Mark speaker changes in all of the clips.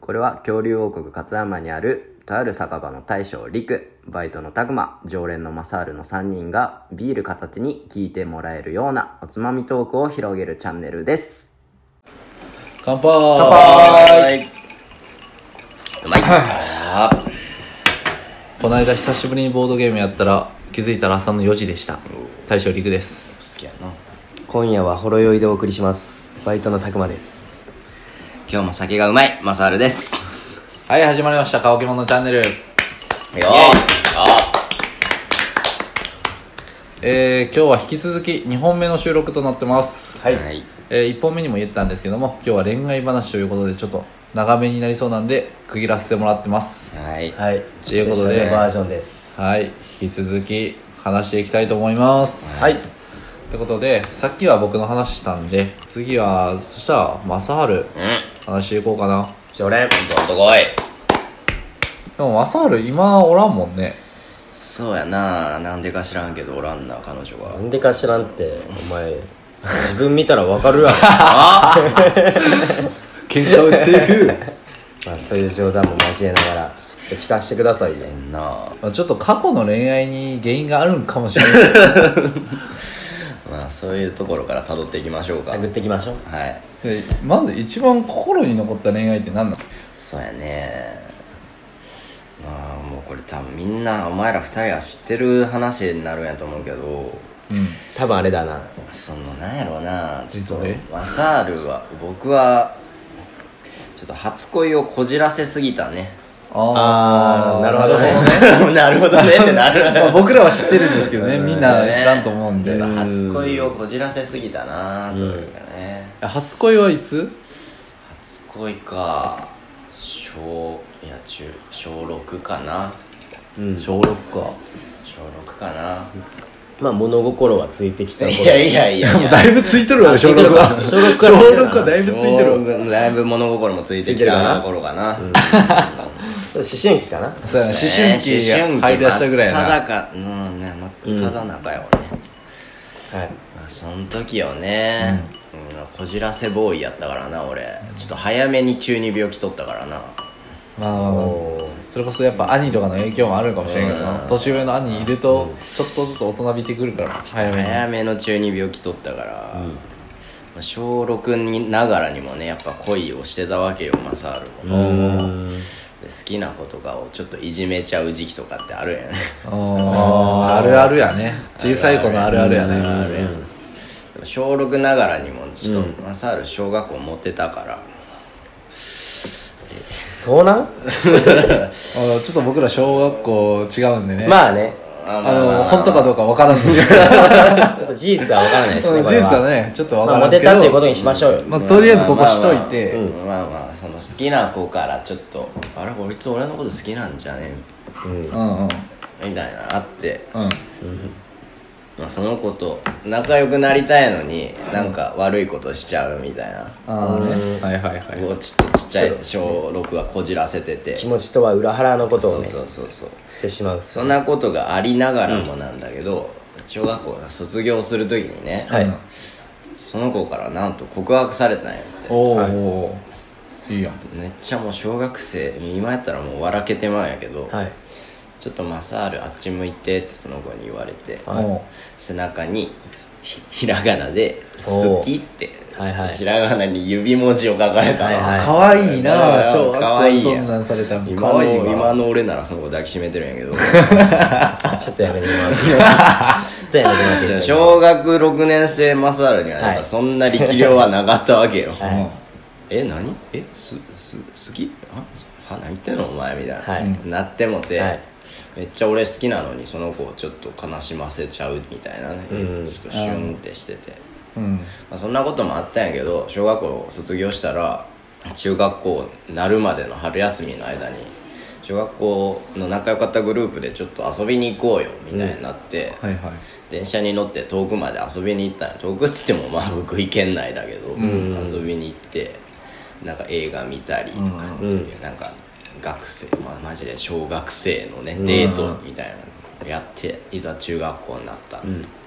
Speaker 1: これは恐竜王国勝山にあるとある酒場の大将陸バイトの拓磨常連のマサールの3人がビール片手に聞いてもらえるようなおつまみトークを広げるチャンネルです
Speaker 2: 乾杯乾
Speaker 1: うまい
Speaker 2: この間久しぶりにボードゲームやったら気づいたら朝の4時でした大将陸です
Speaker 3: 好きやな
Speaker 4: 今夜はほろ酔いでお送りしますバイトのたくまです
Speaker 3: 今日も酒がうまいマサールです
Speaker 2: はい始まりました「カオケモンのチャンネル
Speaker 3: よ
Speaker 2: えー、今日は引き続き2本目の収録となってます
Speaker 3: はいはい
Speaker 2: えー、1本目にも言ったんですけども今日は恋愛話ということでちょっと長めになりそうなんで区切らせてもらってます
Speaker 3: はい
Speaker 4: はい
Speaker 2: ということで
Speaker 4: スペシャルバージョンです
Speaker 2: はい引き続き話していきたいと思います
Speaker 4: はい
Speaker 2: ってことでさっきは僕の話したんで次はそしたら正治
Speaker 3: うん
Speaker 2: 話していこうかな
Speaker 4: 常連
Speaker 3: どんとこい
Speaker 2: でも正治今おらんもんね
Speaker 3: そうやななんでか知らんけどおらんな彼女
Speaker 4: な
Speaker 3: は
Speaker 4: んでか知らんってお前自分見たらわかるわま
Speaker 2: 喧嘩売ってい く
Speaker 4: あそういう冗談も交えながら聞かせてくださいね
Speaker 3: なあ
Speaker 2: まあちょっと過去の恋愛に原因があるんかもしれ ない
Speaker 3: まあそういうところから辿っていきましょうか
Speaker 4: 探っていきましょう
Speaker 3: はい
Speaker 2: でまず一番心に残った恋愛って何なの
Speaker 3: そうやねまあもうこれ多分みんなお前ら二人は知ってる話になるんやと思うけど
Speaker 2: うん
Speaker 4: 多分あれだな
Speaker 3: そのなんやろうなちょっと
Speaker 2: どれ
Speaker 3: マサールは僕はちょっと初恋をこじらせすぎたね
Speaker 4: あーなるほどね
Speaker 3: なるほどねってなる
Speaker 2: まあ僕らは知ってるんですけどねみんな知らんと思うんで
Speaker 3: ちょっと初恋をこじらせすぎたなというかね、
Speaker 2: 初恋はいつ
Speaker 3: 初恋か小いや中小6かな
Speaker 4: うん
Speaker 2: 小6か
Speaker 3: 小6かな
Speaker 4: まあ物心はついてきた頃
Speaker 3: いやいやいやいや
Speaker 2: だいぶついてるわ小6は
Speaker 4: 小6
Speaker 2: 小
Speaker 4: からついてる
Speaker 2: 6はだいぶついてるわ
Speaker 3: 小だいぶ物心もついてきた頃かな
Speaker 4: 思春期かな
Speaker 2: そうやな思春期が入り出したぐらいや
Speaker 3: ただ
Speaker 2: な
Speaker 3: かうんね真っただ中よね、
Speaker 4: はい
Speaker 3: まあその時よね、うんこじらせボーイやったからな俺ちょっと早めに中二病来とったからな
Speaker 2: まあまあまあ
Speaker 4: お
Speaker 2: それこそやっぱ兄とかの影響もあるかもしれんけど
Speaker 3: う
Speaker 2: なん年上の兄いるとちょっとずつ大人びてくるから早めに
Speaker 3: 早めの中二病来とったから、まあ小6にながらにもねやっぱ恋をしてたわけよマサールも、
Speaker 4: ー
Speaker 3: で好きな子とかをちょっといじめちゃう時期とかってあるやん
Speaker 2: ああるあるやね小さい子のあるあるやね
Speaker 3: あるやんでも小6ながらにもちょっとマサール小学校モテたから、
Speaker 4: そうなん
Speaker 2: あーちょっと僕ら小学校違うんでね
Speaker 4: まあね
Speaker 3: あまあまあまあ
Speaker 2: あの本当かどうかわからんですけど
Speaker 4: ちょっと事実は分からないです
Speaker 2: う
Speaker 4: ね
Speaker 2: ん
Speaker 4: こ
Speaker 2: 事
Speaker 4: れ
Speaker 2: 実
Speaker 4: は
Speaker 2: はねちょっとわか
Speaker 4: ま
Speaker 2: ら
Speaker 4: あモ
Speaker 2: んけ
Speaker 4: テ
Speaker 2: ど
Speaker 4: たっていうことにしましょうよ
Speaker 2: まあとりあえずここしといて
Speaker 3: まあまあまあ,、まあまあその好きな子からちょっと「あれこいつ俺のこと好きなんじゃね
Speaker 4: うん
Speaker 2: うんうん
Speaker 3: みたいなあって、
Speaker 2: うん
Speaker 3: まあ、その子と仲良くなりたいのになんか悪いことしちゃうみたいな、
Speaker 2: ああねはいはいはい
Speaker 3: こうちょっとちっちゃい小6はこじらせてて
Speaker 4: 気持ちとは裏腹のこと
Speaker 3: そ
Speaker 4: を
Speaker 3: う
Speaker 4: ね
Speaker 3: そうそうそう
Speaker 4: してしまう
Speaker 3: そんなことがありながらもなんだけど、小学校が卒業する時にね、
Speaker 4: はい
Speaker 2: うん
Speaker 3: その子からなんと告白されたんやって
Speaker 2: おーおーいいやん
Speaker 3: めっちゃもう小学生今やったらもう笑けてまうんやけど、
Speaker 4: はい
Speaker 3: ちょっとマサールあっち向いてってその子に言われて、
Speaker 2: も
Speaker 3: 背中にひひらがなで「
Speaker 4: おー
Speaker 3: 好き」って、
Speaker 4: はいはい
Speaker 3: ひらがなに指文字を書かれたの、
Speaker 4: はいは
Speaker 2: う
Speaker 4: い
Speaker 2: 可愛い
Speaker 3: だか
Speaker 2: な
Speaker 3: ら
Speaker 2: 小学
Speaker 3: 可愛
Speaker 2: 校
Speaker 3: いやん
Speaker 2: そんなんされたら
Speaker 3: 今
Speaker 2: 可愛い
Speaker 3: の今
Speaker 2: わ
Speaker 3: の俺ならその子抱きしめてるんや けど
Speaker 4: ちょっとやめてもらって ちょっとやめてもらっていいですか
Speaker 3: 小学6年生マサールにはやっ
Speaker 4: は
Speaker 3: ぱ
Speaker 4: い
Speaker 3: そんな力量はなかったわけよ、
Speaker 4: はい
Speaker 3: え何えすす好きあは何言ってんのお前みたいな、
Speaker 4: はい
Speaker 3: なってもて、
Speaker 4: はい
Speaker 3: めっちゃ俺好きなのにその子をちょっと悲しませちゃうみたいなね、
Speaker 4: うん
Speaker 3: ちょっとシュンってしてて、
Speaker 2: うん
Speaker 3: まあ、そんなこともあったんやけど小学校卒業したら中学校なるまでの春休みの間に小学校の仲良かったグループでちょっと遊びに行こうよみたいになって、
Speaker 2: はいはい
Speaker 3: 電車に乗って遠くまで遊びに行ったんや遠くっつってもまあ福井県内だけど、遊びに行ってなんか映画見たりとかっていう、なんか学生、まあ、マジで小学生のねデートみたいなのやっていざ中学校になった、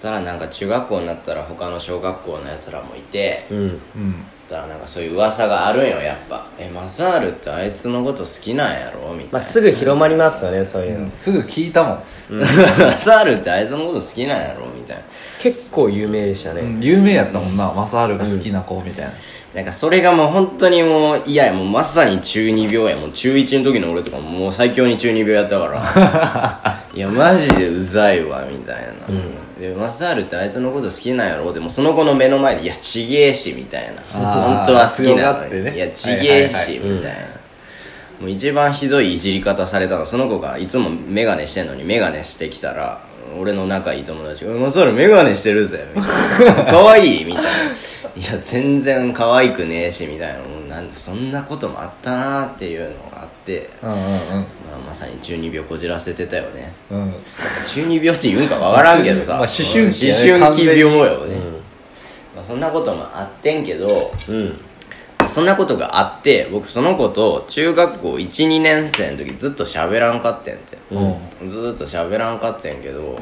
Speaker 3: たらなんか中学校になったら他の小学校のやつらもいて、
Speaker 4: うん
Speaker 2: うん
Speaker 3: たらなんかそういう噂があるんよやっぱ「えマサールってあいつのこと好きなんやろ?」みた
Speaker 4: ま
Speaker 3: い
Speaker 4: あ、すぐ広まりますよねそういうの、
Speaker 2: すぐ聞いたもん、
Speaker 3: な「マサールってあいつのこと好きなんやろ?」みたいな
Speaker 4: 結構有名でしたね、
Speaker 2: うん有名やったもんなマサールが好きな子みたいな、
Speaker 3: なんかそれがもう本当にもう嫌やもうまさに中二病やもう中1の時の俺とかもう最強に中二病やったから いやマジでうざいわみたいな、でマサールってあいつのこと好きなんやろでもその子の目の前で「いやちげえし」みたいな
Speaker 2: あー
Speaker 3: 本当は好きなの
Speaker 2: 強がって
Speaker 3: に、
Speaker 2: ね
Speaker 3: いやちげえ
Speaker 2: はい
Speaker 3: しみたいな、もう一番ひどいいじり方されたのその子がいつも眼鏡してんのに眼鏡してきたら俺の仲いい友達が「うんマサール眼鏡してるぜ」みた いな「かわいい」みたいな「いや全然可愛くねえし」みたいなもうなんそんなこともあったなーっていうのがあって、
Speaker 2: うんうん
Speaker 3: まあ、まさに中二病こじらせてたよね
Speaker 2: うんうん
Speaker 3: 中二病って言うんかわからんけどさ、
Speaker 2: まあ思春期やね
Speaker 3: 思春期病よね、
Speaker 4: ん
Speaker 3: まあ、そんなこともあってんけど
Speaker 4: うん
Speaker 3: そんなことがあって僕その子と中学校12年生の時ずっと喋らんかってんて、
Speaker 2: うん
Speaker 3: ずーっと喋らんかってんけど、
Speaker 2: う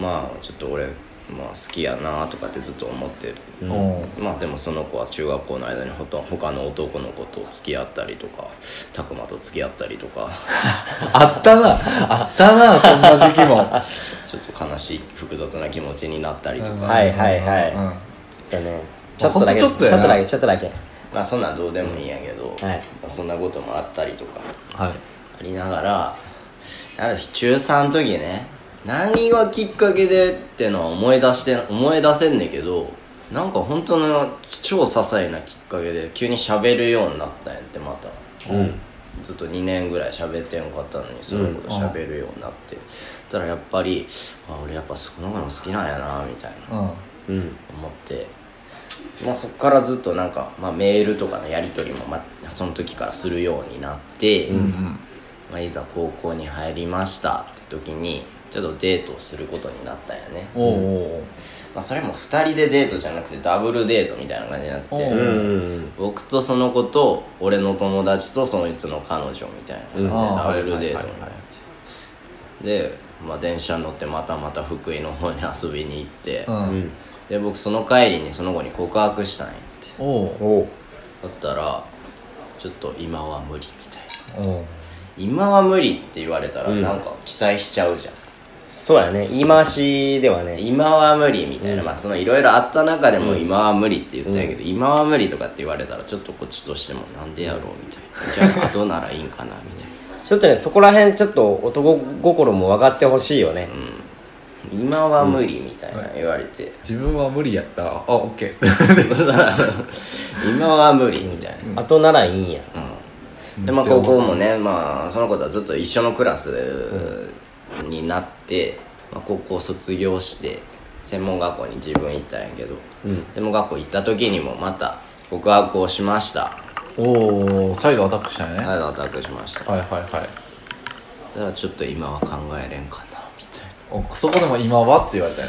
Speaker 3: まあちょっと俺、まあ、好きやなとかってずっと思ってる、
Speaker 2: うん
Speaker 3: まあでもその子は中学校の間にほとんど他の男の子と付き合ったりとか拓磨と付き合ったりと か
Speaker 2: あったなあったなそんな時期も
Speaker 3: ちょっと悲しい複雑な気持ちになったりとか、
Speaker 2: うん
Speaker 4: はいはいはい、
Speaker 2: うんうん
Speaker 4: だね
Speaker 2: ちょっとだけ
Speaker 4: ちょっと
Speaker 2: ちょっとだ
Speaker 4: だ
Speaker 2: け
Speaker 4: けちょっとだけ
Speaker 3: まあそんなんどうでもいいんやけど、
Speaker 4: は
Speaker 3: ま
Speaker 4: い
Speaker 3: あ、そんなこともあったりとか
Speaker 2: はい
Speaker 3: ありながらある日中3の時ね何がきっかけでってのは思い出して思い出せんねんけどなんか本当の超些細なきっかけで急に喋るようになったんやってまた
Speaker 4: うん
Speaker 3: ずっと2年ぐらい喋ってんかったのにそういうこと喋るようになって、たらやっぱりあ俺やっぱその子の好きなんやなみたいな
Speaker 2: うんうん
Speaker 4: うん
Speaker 3: 思って、まあ、そこからずっとなんか、まあ、メールとかのやり取りも、まあ、その時からするようになって、
Speaker 2: うん
Speaker 3: まあ、いざ高校に入りましたって時にちょっとデートをすることになったんやね、
Speaker 2: おうおう
Speaker 3: まあ、それも2人でデートじゃなくてダブルデートみたいな感じになって、
Speaker 2: おう
Speaker 4: うんん
Speaker 3: 僕とその子と俺の友達とそいつの彼女みたいな、
Speaker 4: うん
Speaker 3: ダ
Speaker 2: あー
Speaker 3: ブルデートみたいな、
Speaker 2: はいはいはいは
Speaker 3: で、まあ、電車に乗ってまたまた福井の方に遊びに行って、
Speaker 2: おううん
Speaker 3: で僕その帰りにその子に告白したんやって
Speaker 2: おう
Speaker 4: おう
Speaker 3: だったらちょっと今は無理みたいな
Speaker 2: おう
Speaker 3: 今は無理って言われたらなんか期待しちゃうじゃん、
Speaker 4: そうやね言い回しではね
Speaker 3: 今は無理みたいな、まあそのいろいろあった中でも今は無理って言ったんやけど、今は無理とかって言われたらちょっとこっちとしてもなんでやろうみたいなじゃあ後ならいいんかなみたいな
Speaker 4: ちょっとねそこら辺ちょっと男心も分かってほしいよね、
Speaker 3: 今は無理みたいな言われて、
Speaker 2: 自分は無理やったあオッケー
Speaker 3: 今は無理みたいな、
Speaker 4: 後ならいいんや
Speaker 3: でまあ高校もね、まあ、その子とはずっと一緒のクラスになって、まあ、高校卒業して専門学校に自分行ったんやけど、専門学校行った時にもまた告白をしました
Speaker 2: おお再度アタックしたね
Speaker 3: はいアタックしました
Speaker 2: はいはいはい
Speaker 3: ただちょっと今は考えれんかなみたい
Speaker 2: おそこでも今はって言われたよ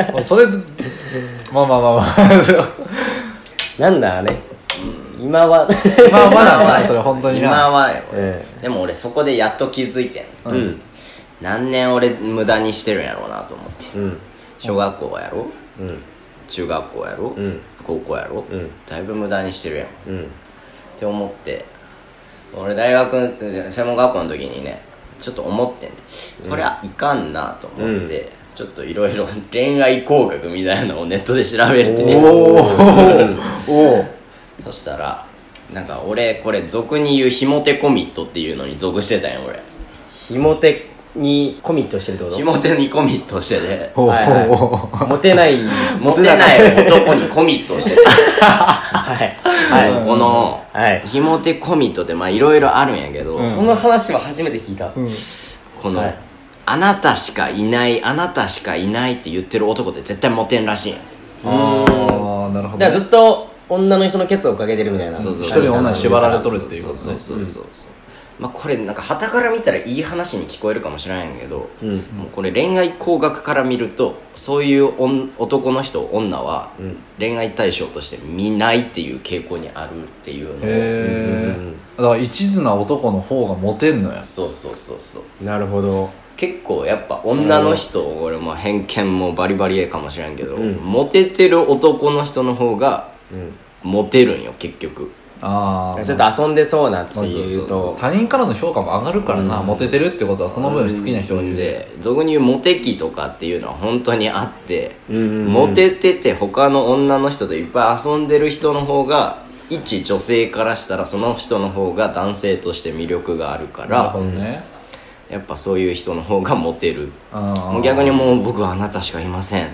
Speaker 2: ねまあそれまあまあまあま あ
Speaker 4: なんだあれ、今は
Speaker 2: 今はまだなそれ本当
Speaker 3: な
Speaker 2: に
Speaker 3: 今
Speaker 2: な
Speaker 3: はよ、俺
Speaker 4: え
Speaker 3: でも俺そこでやっと気づいてん、
Speaker 4: うん
Speaker 3: 何年俺無駄にしてるんやろうなと思って、
Speaker 4: うん
Speaker 3: 小学校やろ
Speaker 4: うん
Speaker 3: 中学校やろ、
Speaker 4: ん
Speaker 3: 高校やろ、
Speaker 4: うん
Speaker 3: だいぶ無駄にしてるやん
Speaker 4: うん
Speaker 3: って思って俺大学じゃ専門学校の時にねちょっと思ってんでこれはいかんなと思って、
Speaker 4: うん
Speaker 3: ちょっといろいろ 恋愛工学みたいなのをネットで調べて
Speaker 2: おおおお
Speaker 3: そしたらなんか俺これ俗に言うひも手コミットっていうのに属してたんよ俺
Speaker 4: ひも手にコミットしてるってこ
Speaker 3: ひも手にコミットしてて
Speaker 2: おお
Speaker 4: はいはいとモテない
Speaker 3: モテない男にコミットしてて、
Speaker 4: はいはい、
Speaker 3: もうこの、
Speaker 4: はい
Speaker 3: ひも手コミットってまあいろいろあるんやけど、
Speaker 2: うん
Speaker 4: その話は初めて聞いた、
Speaker 2: うん
Speaker 3: この、
Speaker 4: はい
Speaker 3: あなたしかいないあなたしかいないって言ってる男って絶対モテんらしいんや
Speaker 2: ああなるほど
Speaker 4: だからずっと女の人のケツを追っかけてるみたいな
Speaker 3: そうそう
Speaker 2: 一人の女に縛られとるっていうことね
Speaker 3: そうそうそうそうそうまあこれなんか傍から見たらいい話に聞こえるかもしれないんやけど、
Speaker 4: ん
Speaker 3: もうこれ恋愛工学から見るとそういう女男の人女は恋愛対象として見ないっていう傾向にあるっていうのを
Speaker 2: へえだから一途な男の方がモテんのや
Speaker 3: そうそうそうそう
Speaker 4: なるほど
Speaker 3: 結構やっぱ女の人、俺も偏見もバリバリええかもしれんけど、モテてる男の人の方がモテるんよ結局
Speaker 2: ああ
Speaker 4: ちょっと遊んでそうなっていう
Speaker 3: そうそう
Speaker 4: と
Speaker 2: 他人からの評価も上がるからな、モテてるってことはその分好きな人がいる
Speaker 3: で俗に言うモテ期とかっていうのは本当にあって、モテてて他の女の人といっぱい遊んでる人の方が一女性からしたらその人の方が男性として魅力があるか
Speaker 2: なるほ
Speaker 3: ら
Speaker 2: どね、
Speaker 3: やっぱそういう人の方がモテる
Speaker 2: あ
Speaker 3: もう逆にもう僕はあなたしかいません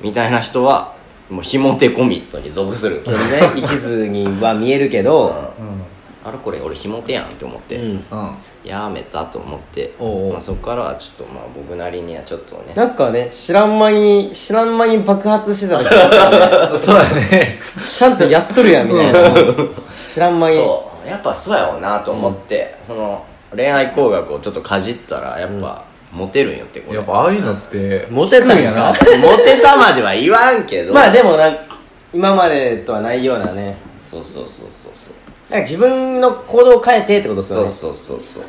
Speaker 3: みたいな人はもうひもてコミットに属する
Speaker 4: その ね一途には見えるけど
Speaker 2: あうん
Speaker 3: あれこれ俺ひもてやんって思って、
Speaker 2: うん
Speaker 3: やめたと思って
Speaker 2: おうおう
Speaker 3: まあ、そこからはちょっとまあ僕なりにはちょっとね
Speaker 4: なんかね知らん間に知らん間に爆発してた時あったよね
Speaker 2: そうだね
Speaker 4: ちゃんとやっとるやんみたいな知らん間に
Speaker 3: そうやっぱそうやろうなと思って、その恋愛工学をちょっとかじったらやっぱ、モテるんよってこれ
Speaker 2: やっ
Speaker 3: モ
Speaker 2: ぱああいうのって
Speaker 4: モテたんやな
Speaker 2: 聞く
Speaker 3: テたまでは言わんけど
Speaker 4: まあでもなんか今までとはないようなね
Speaker 3: そうそうそうそうそう
Speaker 4: なんか自分の行動を変えてってことですよ
Speaker 3: そう
Speaker 4: ね
Speaker 3: そうそうそう、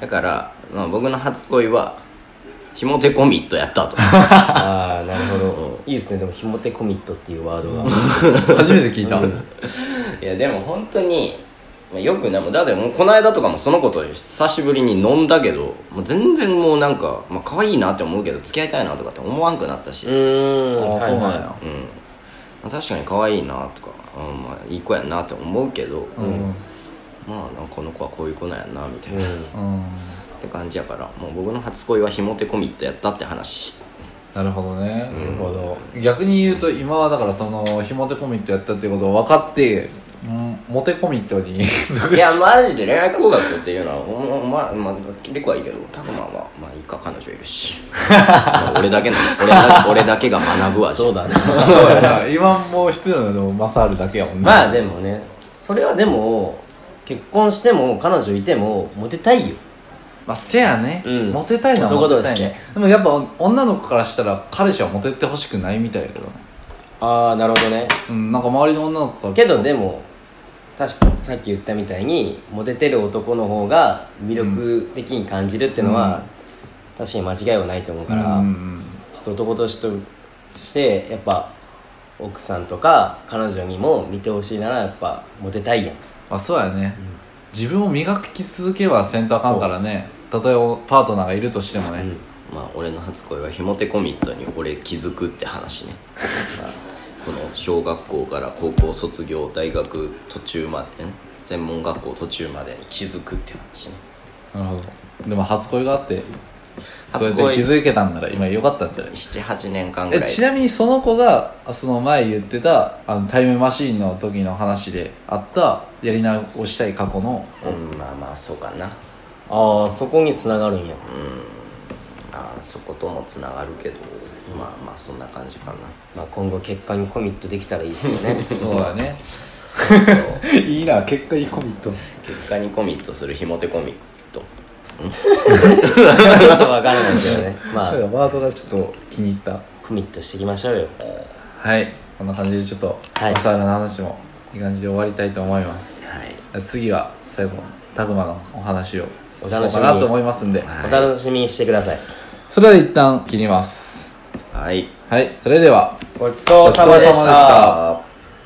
Speaker 3: だから、まあ、僕の初恋はひもてコミットやった と
Speaker 4: ああなるほどいいですねでもひもてコミットっていうワードが
Speaker 2: やな初めて聞いた、
Speaker 3: いやでも本当にまあよくねもうだってもうこの間とかもその子と久しぶりに飲んだけどもう全然もうなんか、まあ可愛いなって思うけど付き合いたいなとかって思わんくなったし、
Speaker 4: うーん
Speaker 2: ああそうなん
Speaker 4: はいは
Speaker 2: や、
Speaker 3: うんまあ確かに可愛いなとか、うんまあ、いい子やなって思うけど、
Speaker 2: うん
Speaker 3: まあなんかこの子はこういう子なんやなみたいな、っ
Speaker 2: うん、
Speaker 3: て感じやからもう僕の初恋はひもてコミットやったって 話
Speaker 2: なるほどね、
Speaker 4: いなるほど
Speaker 2: 逆に言うと今はだからそのひもてコミットやったっていうことを分かってうんモテコミットに 属
Speaker 3: い
Speaker 2: し
Speaker 3: やマジで恋愛工学っていうのはおおまあまあリコはいいけどタクマはまあいいか彼女いるし まあ俺だけの俺だ俺だけが学ぶ味
Speaker 4: そうだな
Speaker 2: そうやな今も必要なのマサールだけやもんね
Speaker 4: まあでもねそれはでも結婚しても彼女いてもモテたいよ
Speaker 2: まあせやね、
Speaker 4: うん
Speaker 2: モテたいのはモテ
Speaker 4: 男と
Speaker 2: たい
Speaker 4: して
Speaker 2: ねでもやっぱ女の子からしたら彼氏はモテてほしくないみたいだけどね
Speaker 4: ああなるほどね
Speaker 2: うんなんか周りの女の子から
Speaker 4: けどでも確かにさっき言ったみたいにモテてる男の方が魅力的に感じるっていうのは、確かに間違いはないと思う
Speaker 2: う
Speaker 4: か
Speaker 2: んう
Speaker 4: ら、
Speaker 2: ん
Speaker 4: ちょっと男としてしてやっぱ奥さんとか彼女にも見てほしいならやっぱモテたいやん
Speaker 2: まあそうやね、自分を磨き続けはせんとあかんからねたとえパートナーがいるとしてもね、
Speaker 3: まあ俺の初恋はひもてコミットに俺気づくって話 ねまあこの小学校から高校卒業大学途中までん専門学校途中までに気づくって話ね
Speaker 2: なるほどでも初恋があってそれ
Speaker 3: 初
Speaker 2: で
Speaker 3: 恋
Speaker 2: 気づけたんなら今良かったんじゃない
Speaker 3: 78年間ぐ
Speaker 2: え
Speaker 3: らい
Speaker 2: ちなみにその子があその前言ってたあのタイムマシーンの時の話であったやり直したい過去の
Speaker 3: うんまあまあそうかな
Speaker 4: ああそこにつながるんや
Speaker 3: あーそこともつながるけどまあまあそんな感じかな
Speaker 4: まあ、今後結果にコミットできたらいいですよ ね
Speaker 2: そうだね いいな結果いいコミット
Speaker 3: 結果にコミットするひもてコミッ ト
Speaker 4: ちょっとわからないけどねまあ
Speaker 2: そうだワードがちょっと気に入った
Speaker 4: コミットしていきましょうよ
Speaker 2: はいこんな感じでちょっと
Speaker 4: はい
Speaker 2: マサールの話もいい感じで終わりたいと思います
Speaker 3: はい
Speaker 2: 次は最後タグマのお話を
Speaker 4: お
Speaker 2: しよ
Speaker 4: 楽
Speaker 2: う
Speaker 4: しみ
Speaker 2: か
Speaker 4: に
Speaker 2: なと思いますんで
Speaker 3: は
Speaker 4: お楽しみにしてください
Speaker 2: それでは一旦切ります
Speaker 3: はい
Speaker 2: はいそれでは
Speaker 4: ごちそうさまで
Speaker 2: ごちそうさまでし
Speaker 4: し
Speaker 2: たた
Speaker 3: あー